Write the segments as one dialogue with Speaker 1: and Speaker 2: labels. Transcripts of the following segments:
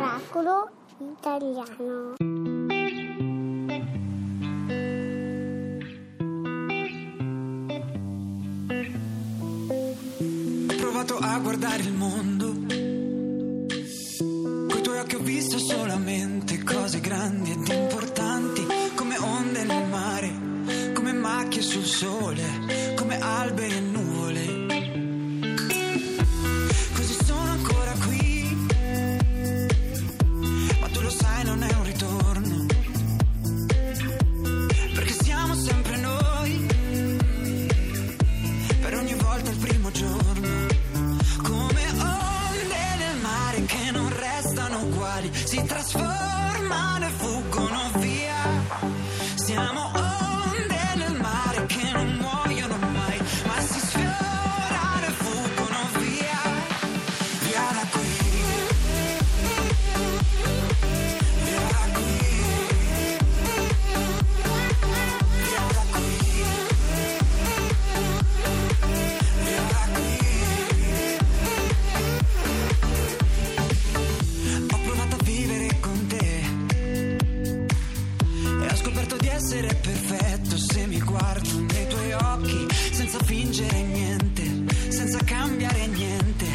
Speaker 1: Oracolo italiano.
Speaker 2: Ho provato a guardare il mondo. Coi tuoi occhi ho visto solamente cose grandi ed importanti, come onde nel mare, come macchie sul sole, come alberi e nuvole. Così sono ancora qui, ma tu lo sai non è un ritorno. Perché siamo sempre noi, per ogni volta il primo giorno. Come onde nel mare che non restano uguali, si trasformano e fuggono via. Siamo onde nel mare che non muoiono mai, ma si sfiorano e fuggono via. Via da qui. Via da qui. Via da qui. Via da qui. Ho provato a vivere con te e ho scoperto di essere perfetto se mi guardo nei tuoi occhi senza fingere niente, senza cambiare niente.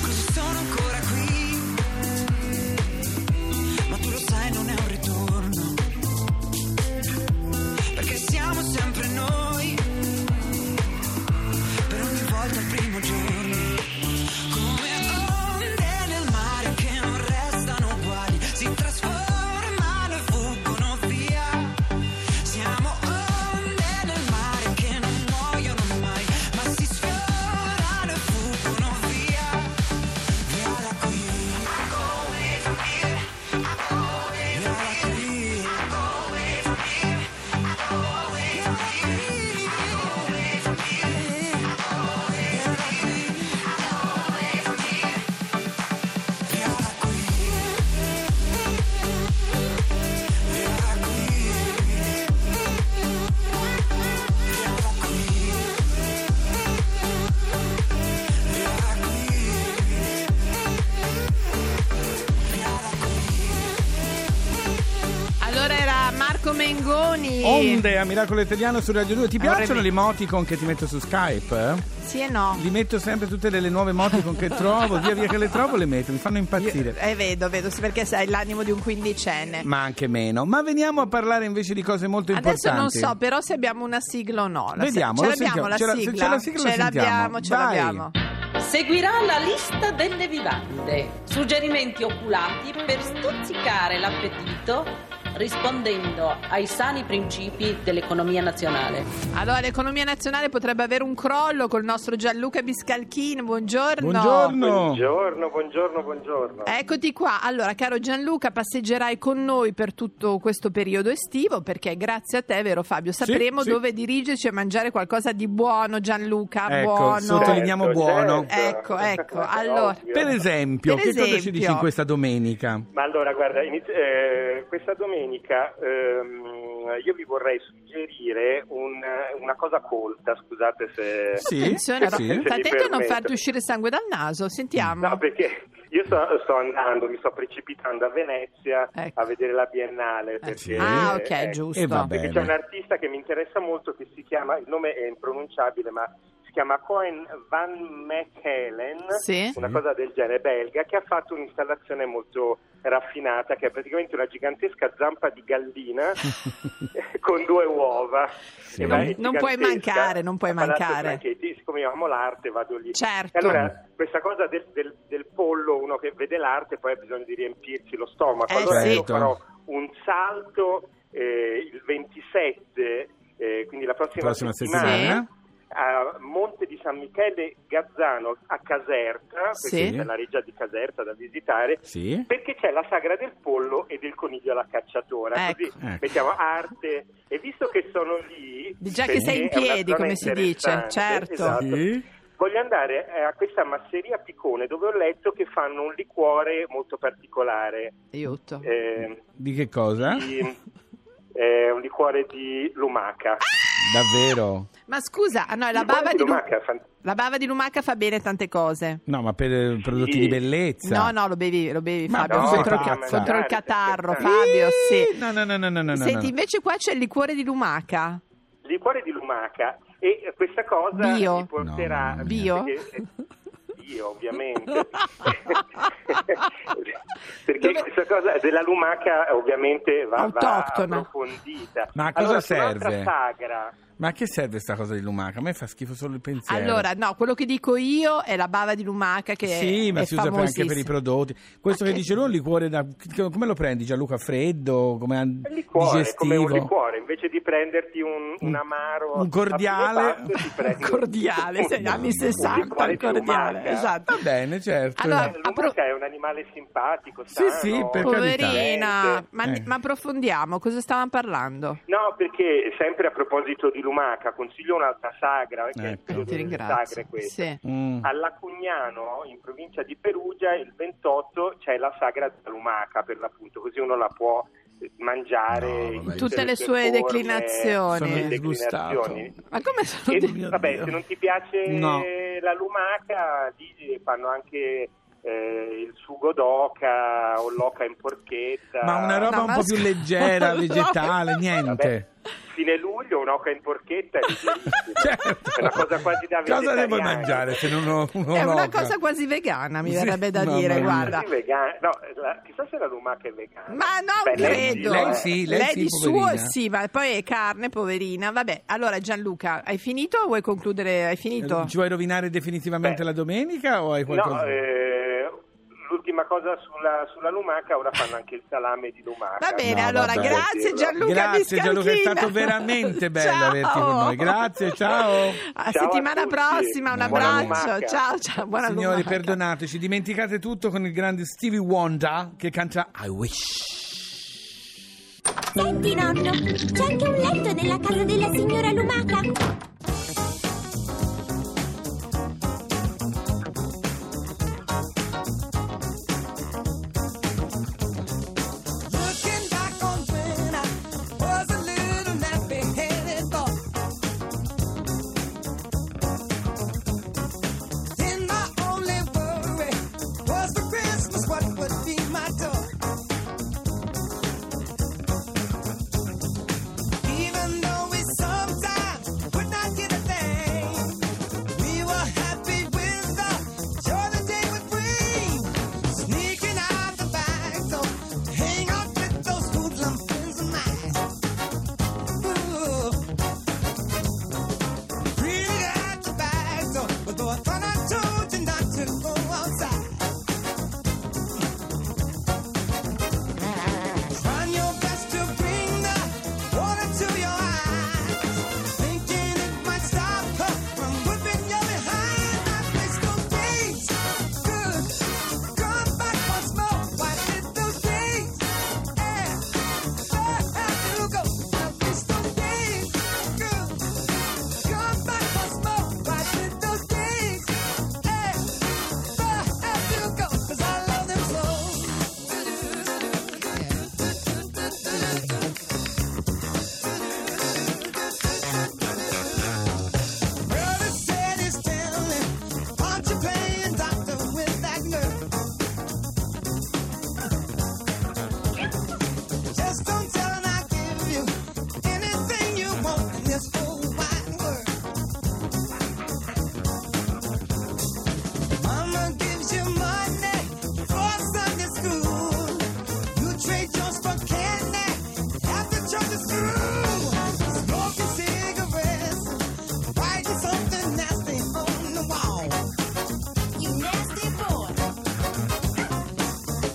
Speaker 2: Così sono ancora qui, ma tu lo sai non è un ritorno, perché siamo sempre noi, per ogni volta il primo giorno. Come onde nel mare che non restano uguali, si trasformano e fuggono via. Siamo onde nel mare che non muoiono mai, ma si sfiorano e fuggono via. Via da qui. Via da qui. Via da qui. Via da qui. Via da qui, via da qui, via da qui, via da qui, via da qui.
Speaker 3: Allora era Marco Mengoni.
Speaker 4: Onde a Miracolo Italiano su Radio 2. Ti
Speaker 3: Vorrei-
Speaker 4: piacciono le emoticon che ti metto su Skype? eh?
Speaker 3: Sì e no.
Speaker 4: Li metto sempre tutte le, le nuove emoticon che trovo, via via che le trovo le metto, mi fanno impazzire.
Speaker 3: Eh, vedo, vedo, sì, perché sai l'animo di un quindicenne.
Speaker 4: Ma anche meno. Ma veniamo a parlare invece di cose molto
Speaker 3: Adesso non
Speaker 4: importanti.
Speaker 3: so però se abbiamo una sigla o no. La-
Speaker 4: Vediamo,
Speaker 3: ce
Speaker 4: lo
Speaker 3: l'abbiamo
Speaker 4: sentiamo.
Speaker 3: la
Speaker 4: Ce la- se
Speaker 3: sigla.
Speaker 4: c'è la sigla lo
Speaker 3: ce
Speaker 4: sentiamo.
Speaker 3: l'abbiamo, ce
Speaker 4: Vai.
Speaker 3: l'abbiamo.
Speaker 5: Seguirà la lista delle vivande, suggerimenti oculati per stuzzicare l'appetito rispondendo ai sani principi dell'economia nazionale.
Speaker 3: Allora, l'economia nazionale potrebbe avere un crollo col nostro Gianluca Biscalchini. Buongiorno.
Speaker 4: Buongiorno.
Speaker 6: Buongiorno, buongiorno, buongiorno.
Speaker 3: Eccoti qua. Allora, caro Gianluca, passeggerai con noi per tutto questo periodo estivo perché grazie a te, vero Fabio, sapremo
Speaker 4: sì.
Speaker 3: dove dirigerci e mangiare qualcosa di buono, Gianluca,
Speaker 4: Ecco,
Speaker 3: buono.
Speaker 4: sottolinea- Teniamo buono.
Speaker 3: Ecco, ecco, allora.
Speaker 6: Certo, Ovvio.
Speaker 4: Per esempio,
Speaker 3: Per
Speaker 4: che cosa ci
Speaker 3: esempio.
Speaker 4: dici in questa domenica?
Speaker 6: Ma allora, guarda, inizi- eh, questa domenica ehm, io vi vorrei suggerire un- una cosa colta, scusate se...
Speaker 4: Sì,
Speaker 3: Attenzione,
Speaker 4: sì.
Speaker 3: Ro- stai
Speaker 6: Se ti
Speaker 3: attento a non
Speaker 6: permetto.
Speaker 3: farti uscire il sangue dal naso, sentiamo.
Speaker 6: No, perché io sto, sto andando, mi sto precipitando a Venezia
Speaker 3: Ecco.
Speaker 6: a vedere la Biennale. Perché,
Speaker 4: sì.
Speaker 3: ah, ok,
Speaker 6: eh,
Speaker 3: giusto.
Speaker 4: E vabbè.
Speaker 6: Perché c'è
Speaker 4: Bene.
Speaker 6: un artista che mi interessa molto che si chiama, il nome è impronunciabile, ma si chiama Cohen Van Mechelen,
Speaker 3: Sì.
Speaker 6: una
Speaker 4: Sì.
Speaker 6: cosa del genere belga, che ha fatto un'installazione molto raffinata, che è praticamente una gigantesca zampa di gallina con due uova.
Speaker 4: Sì.
Speaker 6: E va- è
Speaker 3: Non- non puoi
Speaker 6: gigantesca.
Speaker 3: mancare, non puoi
Speaker 6: A Palazzo
Speaker 3: mancare.
Speaker 6: Franchetti, siccome io amo l'arte, vado lì.
Speaker 3: Certo.
Speaker 6: E allora, questa cosa del, del- del pollo, uno che vede l'arte, poi ha bisogno di riempirsi lo stomaco.
Speaker 3: Eh,
Speaker 6: allora
Speaker 3: sì.
Speaker 6: io farò un salto eh, il 27, eh, quindi la prossima,
Speaker 4: Prossima
Speaker 3: settimana.
Speaker 4: settimana?
Speaker 6: a Monte di San Michele Gazzano a Caserta, perché
Speaker 3: Sì.
Speaker 6: c'è la reggia di Caserta da visitare.
Speaker 4: Sì.
Speaker 6: Perché c'è la sagra del pollo e del coniglio alla cacciatora,
Speaker 3: Ecco.
Speaker 6: così
Speaker 4: Ecco.
Speaker 6: mettiamo arte e visto che sono lì...
Speaker 3: Di già che sei in
Speaker 6: perché è una
Speaker 3: piedi,
Speaker 6: zona
Speaker 3: come si dice,
Speaker 6: interessante,
Speaker 3: certo.
Speaker 6: esatto,
Speaker 4: Sì.
Speaker 6: Voglio andare eh, a questa masseria Piccone dove ho letto che fanno un liquore molto particolare.
Speaker 3: Aiuto.
Speaker 6: eh,
Speaker 4: Ah. Di che cosa?
Speaker 6: di- è un liquore di lumaca.
Speaker 4: Davvero?
Speaker 3: Ma scusa, ah, no, la
Speaker 6: Il
Speaker 3: bava
Speaker 6: cuore
Speaker 3: di
Speaker 6: di
Speaker 3: Lu-
Speaker 6: lumaca è fan-
Speaker 3: la bava di lumaca fa bene tante cose.
Speaker 4: No, ma per eh, prodotti di bellezza.
Speaker 3: No, no, lo bevi, lo bevi
Speaker 4: Ma
Speaker 3: Fabio,
Speaker 4: no,
Speaker 3: contro, il,
Speaker 4: sei
Speaker 3: ca-
Speaker 4: pazza.
Speaker 3: contro il catarro,
Speaker 6: Sì.
Speaker 3: Fabio, sì.
Speaker 4: No, no, no, no, no, no, no.
Speaker 3: Senti, invece qua c'è il liquore di lumaca.
Speaker 6: liquore di lumaca e questa cosa
Speaker 3: Bio.
Speaker 6: mi porterà
Speaker 4: No, mamma
Speaker 3: mia. Bio?
Speaker 6: perché- eh, Bio, ovviamente. Perché
Speaker 3: Dove-
Speaker 6: questa cosa della lumaca ovviamente va, va
Speaker 3: Autoctona.
Speaker 6: approfondita.
Speaker 4: Ma a cosa
Speaker 6: Allora, su un'altra
Speaker 4: serve?
Speaker 6: sagra.
Speaker 4: Ma a che serve sta cosa di lumaca? A me fa schifo solo il pensiero.
Speaker 3: Allora, no, quello che dico io è la bava di lumaca che
Speaker 4: sì,
Speaker 3: è,
Speaker 4: ma
Speaker 3: è
Speaker 4: si usa per- anche per i
Speaker 3: famosissima.
Speaker 4: prodotti. Questo
Speaker 3: Ma
Speaker 4: che
Speaker 3: che-
Speaker 4: dice lui è un liquore da. Come lo prendi, Gianluca? Freddo? Come an-
Speaker 6: È il liquore,
Speaker 4: digestivo?
Speaker 6: come un liquore, invece di prenderti un, un amaro,
Speaker 4: Un cordiale.
Speaker 6: a fine pasto, ti prendi
Speaker 3: Un cordiale,
Speaker 6: un-
Speaker 3: sei
Speaker 6: un
Speaker 3: anni 60,
Speaker 6: liquore
Speaker 3: il
Speaker 6: di
Speaker 3: cordiale,
Speaker 6: lumaca.
Speaker 3: esatto.
Speaker 4: Va bene, certo.
Speaker 3: Allora,
Speaker 6: La
Speaker 3: Appro-
Speaker 6: lumaca è un animale simpatico,
Speaker 4: Sì,
Speaker 6: sano,
Speaker 4: sì, per carità.
Speaker 3: Poverina, ma,
Speaker 4: Eh.
Speaker 3: ma approfondiamo, cosa stavamo parlando?
Speaker 6: No, perché sempre a proposito di Lumaca, consiglio un'altra sagra, eh, che è il
Speaker 4: Ecco.
Speaker 6: periodo
Speaker 3: Ti
Speaker 6: delle sagre
Speaker 3: ringrazio.
Speaker 6: questo.
Speaker 3: Sì.
Speaker 4: Mm.
Speaker 6: A Lacugnano, in provincia di Perugia, il 28 c'è la sagra della Lumaca, per l'appunto, così uno la può eh, mangiare
Speaker 4: No, vabbè,
Speaker 6: in
Speaker 4: io-
Speaker 3: Tutte le sue
Speaker 6: forme
Speaker 3: declinazioni.
Speaker 6: e
Speaker 4: Sono disgustato. Oh,
Speaker 6: declinazioni.
Speaker 3: Ma come sono
Speaker 6: E,
Speaker 3: di-
Speaker 4: mio
Speaker 6: vabbè,
Speaker 4: Dio.
Speaker 6: se non ti piace
Speaker 4: No.
Speaker 6: la lumaca, lì fanno anche eh, il sugo d'oca o l'oca in porchetta.
Speaker 4: Ma una roba
Speaker 3: No,
Speaker 4: un
Speaker 3: ma
Speaker 4: po' più
Speaker 3: scusa.
Speaker 4: leggera,
Speaker 3: No.
Speaker 4: vegetale,
Speaker 6: Vabbè,
Speaker 4: niente.
Speaker 6: fine luglio un'oca in porchetta è leggerissima.
Speaker 4: Certo.
Speaker 6: È una cosa quasi da
Speaker 4: Cosa
Speaker 6: vegetariani.
Speaker 4: devo mangiare se non ho un
Speaker 3: È una cosa quasi vegana, mi
Speaker 4: Sì,
Speaker 3: verrebbe da
Speaker 4: mamma
Speaker 3: dire,
Speaker 4: mia.
Speaker 3: guarda.
Speaker 6: Sì, vegana. No, la- chissà se la lumaca è vegana.
Speaker 3: Ma non
Speaker 6: Beh, lei sì,
Speaker 3: credo.
Speaker 4: lei
Speaker 6: eh.
Speaker 4: sì, lei sì,
Speaker 3: di suo
Speaker 4: poverina.
Speaker 3: sì, ma poi è carne, poverina. Vabbè, allora Gianluca, hai finito o vuoi concludere? Hai finito?
Speaker 4: Eh, Ci vuoi rovinare definitivamente
Speaker 6: Beh.
Speaker 4: la domenica o hai qualcosa?
Speaker 6: No, eh, l'ultima cosa sulla, sulla lumaca, ora fanno anche il salame di lumaca.
Speaker 3: Va bene,
Speaker 4: No,
Speaker 3: allora
Speaker 4: vabbè.
Speaker 3: grazie Gianluca.
Speaker 4: Grazie, Gianluca, è
Speaker 3: Biscalchina.
Speaker 4: stato veramente bello
Speaker 3: Ciao.
Speaker 4: averti con noi. Grazie, ciao.
Speaker 3: A
Speaker 6: Ciao a
Speaker 3: settimana
Speaker 6: tutti.
Speaker 3: prossima, un
Speaker 4: Buona
Speaker 3: abbraccio.
Speaker 6: lumaca.
Speaker 3: Ciao, ciao, buona
Speaker 4: Signori,
Speaker 3: lumaca.
Speaker 4: perdonateci, dimenticate tutto con il grande Stevie Wonder che canta I Wish.
Speaker 1: Senti nonno, c'è anche un letto nella casa della signora Lumaca.
Speaker 2: Looking back on when I was a little nappy-headed boy. Then my only worry was for Christmas what would be my toy. Even though we sometimes would not get a thing, we were happy with the joy the day would bring. Sneaking out the back door, hang out with those hoodlum friends of mine. Ooh. Really out the back door, but though I thought I told you not to go outside. Trying your best to bring the water to your eyes, thinking it might stop her from whipping your behind. I missed those days, good. Come back once more. Why did those days? Yeah, where you go? I missed those days, good. Come back once more. Why did those days? Yeah, where you go? 'Cause I love them so. Brother said he's telling, aren't you playing doctor with that girl? Just don't tell him I give you anything you want in this whole wide world. Mama gives you money for Sunday school. You trade yours for candy after church is through. Smoking cigarettes, writing something nasty on the wall. You nasty boy.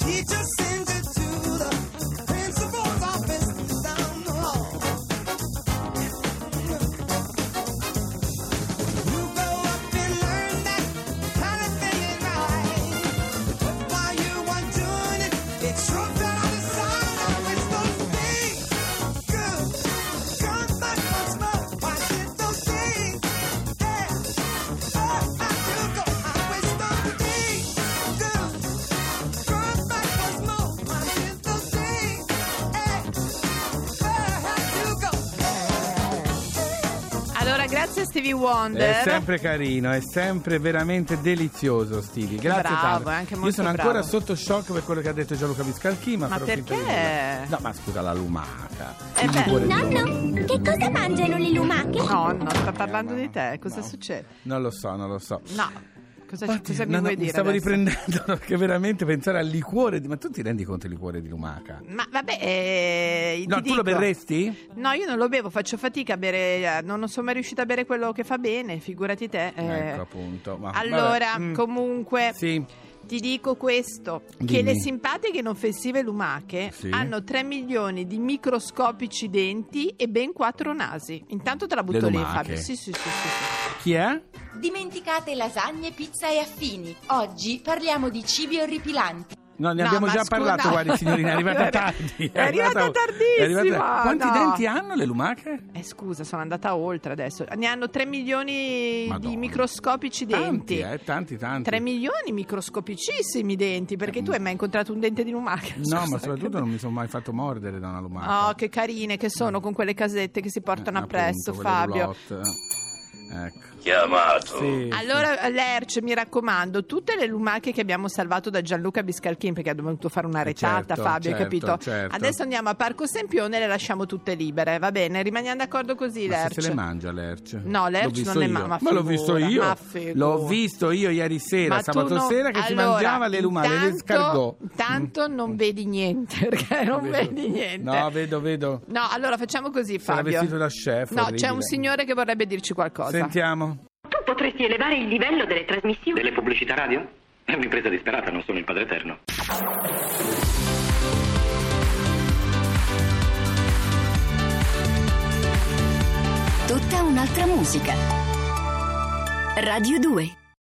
Speaker 2: Teacher sends you to the principal's office down the hall. You grow up and learn that kind of thing is right.
Speaker 3: Grazie Stevie Wonder.
Speaker 4: È sempre carino, è sempre veramente delizioso Stevie. Grazie
Speaker 3: Bravo,
Speaker 4: tanto.
Speaker 3: è anche
Speaker 4: Io
Speaker 3: molto
Speaker 4: sono
Speaker 3: bravo.
Speaker 4: ancora sotto shock per quello che ha detto Gianluca Viscalchi, ma,
Speaker 3: Ma
Speaker 4: farò finta di
Speaker 3: perché?
Speaker 4: nulla. No, ma scusa la lumaca.
Speaker 3: Eh beh.
Speaker 4: Pure di lumaca.
Speaker 1: Nonno, che cosa mangiano le lumache?
Speaker 3: Nonno, sta parlando di te, cosa
Speaker 4: No.
Speaker 3: succede?
Speaker 4: Non lo so, non lo so.
Speaker 3: No, cosa,
Speaker 4: Infatti,
Speaker 3: cosa mi
Speaker 4: no, no,
Speaker 3: vuoi dire?
Speaker 4: stavo
Speaker 3: adesso?
Speaker 4: riprendendo perché veramente pensare al liquore di... Ma tu ti rendi conto del liquore di lumaca?
Speaker 3: Ma vabbè, eh,
Speaker 4: No,
Speaker 3: ti
Speaker 4: tu lo
Speaker 3: dico-
Speaker 4: berresti?
Speaker 3: No, io non lo bevo, faccio fatica a bere, eh, non non sono mai riuscita a bere quello che fa bene, figurati te. eh.
Speaker 4: Ecco appunto. Ma-
Speaker 3: allora,
Speaker 4: vabbè. Mm.
Speaker 3: comunque,
Speaker 4: Sì.
Speaker 3: ti dico questo, che
Speaker 4: Dimmi.
Speaker 3: le simpatiche e non offensive lumache
Speaker 4: Sì.
Speaker 3: hanno 3 milioni di microscopici denti e ben 4 nasi. Intanto te la butto lì,
Speaker 4: lumache.
Speaker 3: Fabio. Sì, sì, sì, sì, sì.
Speaker 4: Chi è?
Speaker 7: Dimenticate lasagne, pizza e affini. Oggi parliamo di cibi orripilanti.
Speaker 4: No, ne
Speaker 3: No,
Speaker 4: abbiamo
Speaker 3: ma
Speaker 4: già
Speaker 3: scusa-
Speaker 4: parlato, guardi signorina, è arrivata
Speaker 3: Era-
Speaker 4: tardi.
Speaker 3: è arrivata
Speaker 4: è arrivata-
Speaker 3: tardissima,
Speaker 4: Quanti
Speaker 3: no.
Speaker 4: denti hanno le lumache?
Speaker 3: Eh, scusa, sono andata oltre adesso. Ne hanno 3 milioni
Speaker 4: Madonna.
Speaker 3: di microscopici denti.
Speaker 4: Tanti, eh, tanti, tanti. Mm.
Speaker 3: 3 milioni microscopicissimi denti, perché tu hai mai incontrato un dente di lumaca?
Speaker 4: No, ma
Speaker 3: Scusa,
Speaker 4: soprattutto non mi sono mai fatto mordere da una lumaca.
Speaker 3: Oh, che carine che sono con quelle casette che si portano
Speaker 4: Eh,
Speaker 3: appresso,
Speaker 4: appunto, quelle
Speaker 3: Fabio.
Speaker 4: roulotte, eh. Ecco.
Speaker 8: chiamato.
Speaker 4: Sì,
Speaker 3: Allora, Lerce, mi raccomando, tutte le lumache che abbiamo salvato da Gianluca Biscalchin, perché ha dovuto fare una
Speaker 4: Eh,
Speaker 3: retata,
Speaker 4: certo,
Speaker 3: Fabio,
Speaker 4: certo,
Speaker 3: hai capito?
Speaker 4: certo.
Speaker 3: Adesso andiamo a Parco Sempione e le lasciamo tutte libere, va bene? Rimaniamo d'accordo così,
Speaker 4: sì. Ma se
Speaker 3: Lerce.
Speaker 4: se le mangia l'erce?
Speaker 3: No, l'erce
Speaker 4: L'ho visto
Speaker 3: non le
Speaker 4: io.
Speaker 3: ma- ma
Speaker 4: l'ho visto
Speaker 3: figura,
Speaker 4: io.
Speaker 3: ma figura.
Speaker 4: L'ho visto io ieri sera,
Speaker 3: Ma tu
Speaker 4: sabato
Speaker 3: non-
Speaker 4: sera, che si
Speaker 3: Allora,
Speaker 4: mangiava le Mm. lumache, le
Speaker 3: intanto-
Speaker 4: scargò.
Speaker 3: Intanto non vedi niente, perché non vedi niente.
Speaker 4: No, vedo, vedo.
Speaker 3: No, allora facciamo così,
Speaker 4: Sarà
Speaker 3: Fabio.
Speaker 4: vestito da chef,
Speaker 3: No,
Speaker 4: orribile.
Speaker 3: c'è un signore che vorrebbe dirci qualcosa.
Speaker 4: Sentiamo.
Speaker 9: Tu potresti elevare il livello delle trasmissioni.
Speaker 8: Delle pubblicità radio? È un'impresa disperata, non sono il padre eterno.
Speaker 7: Tutta un'altra musica. Radio 2.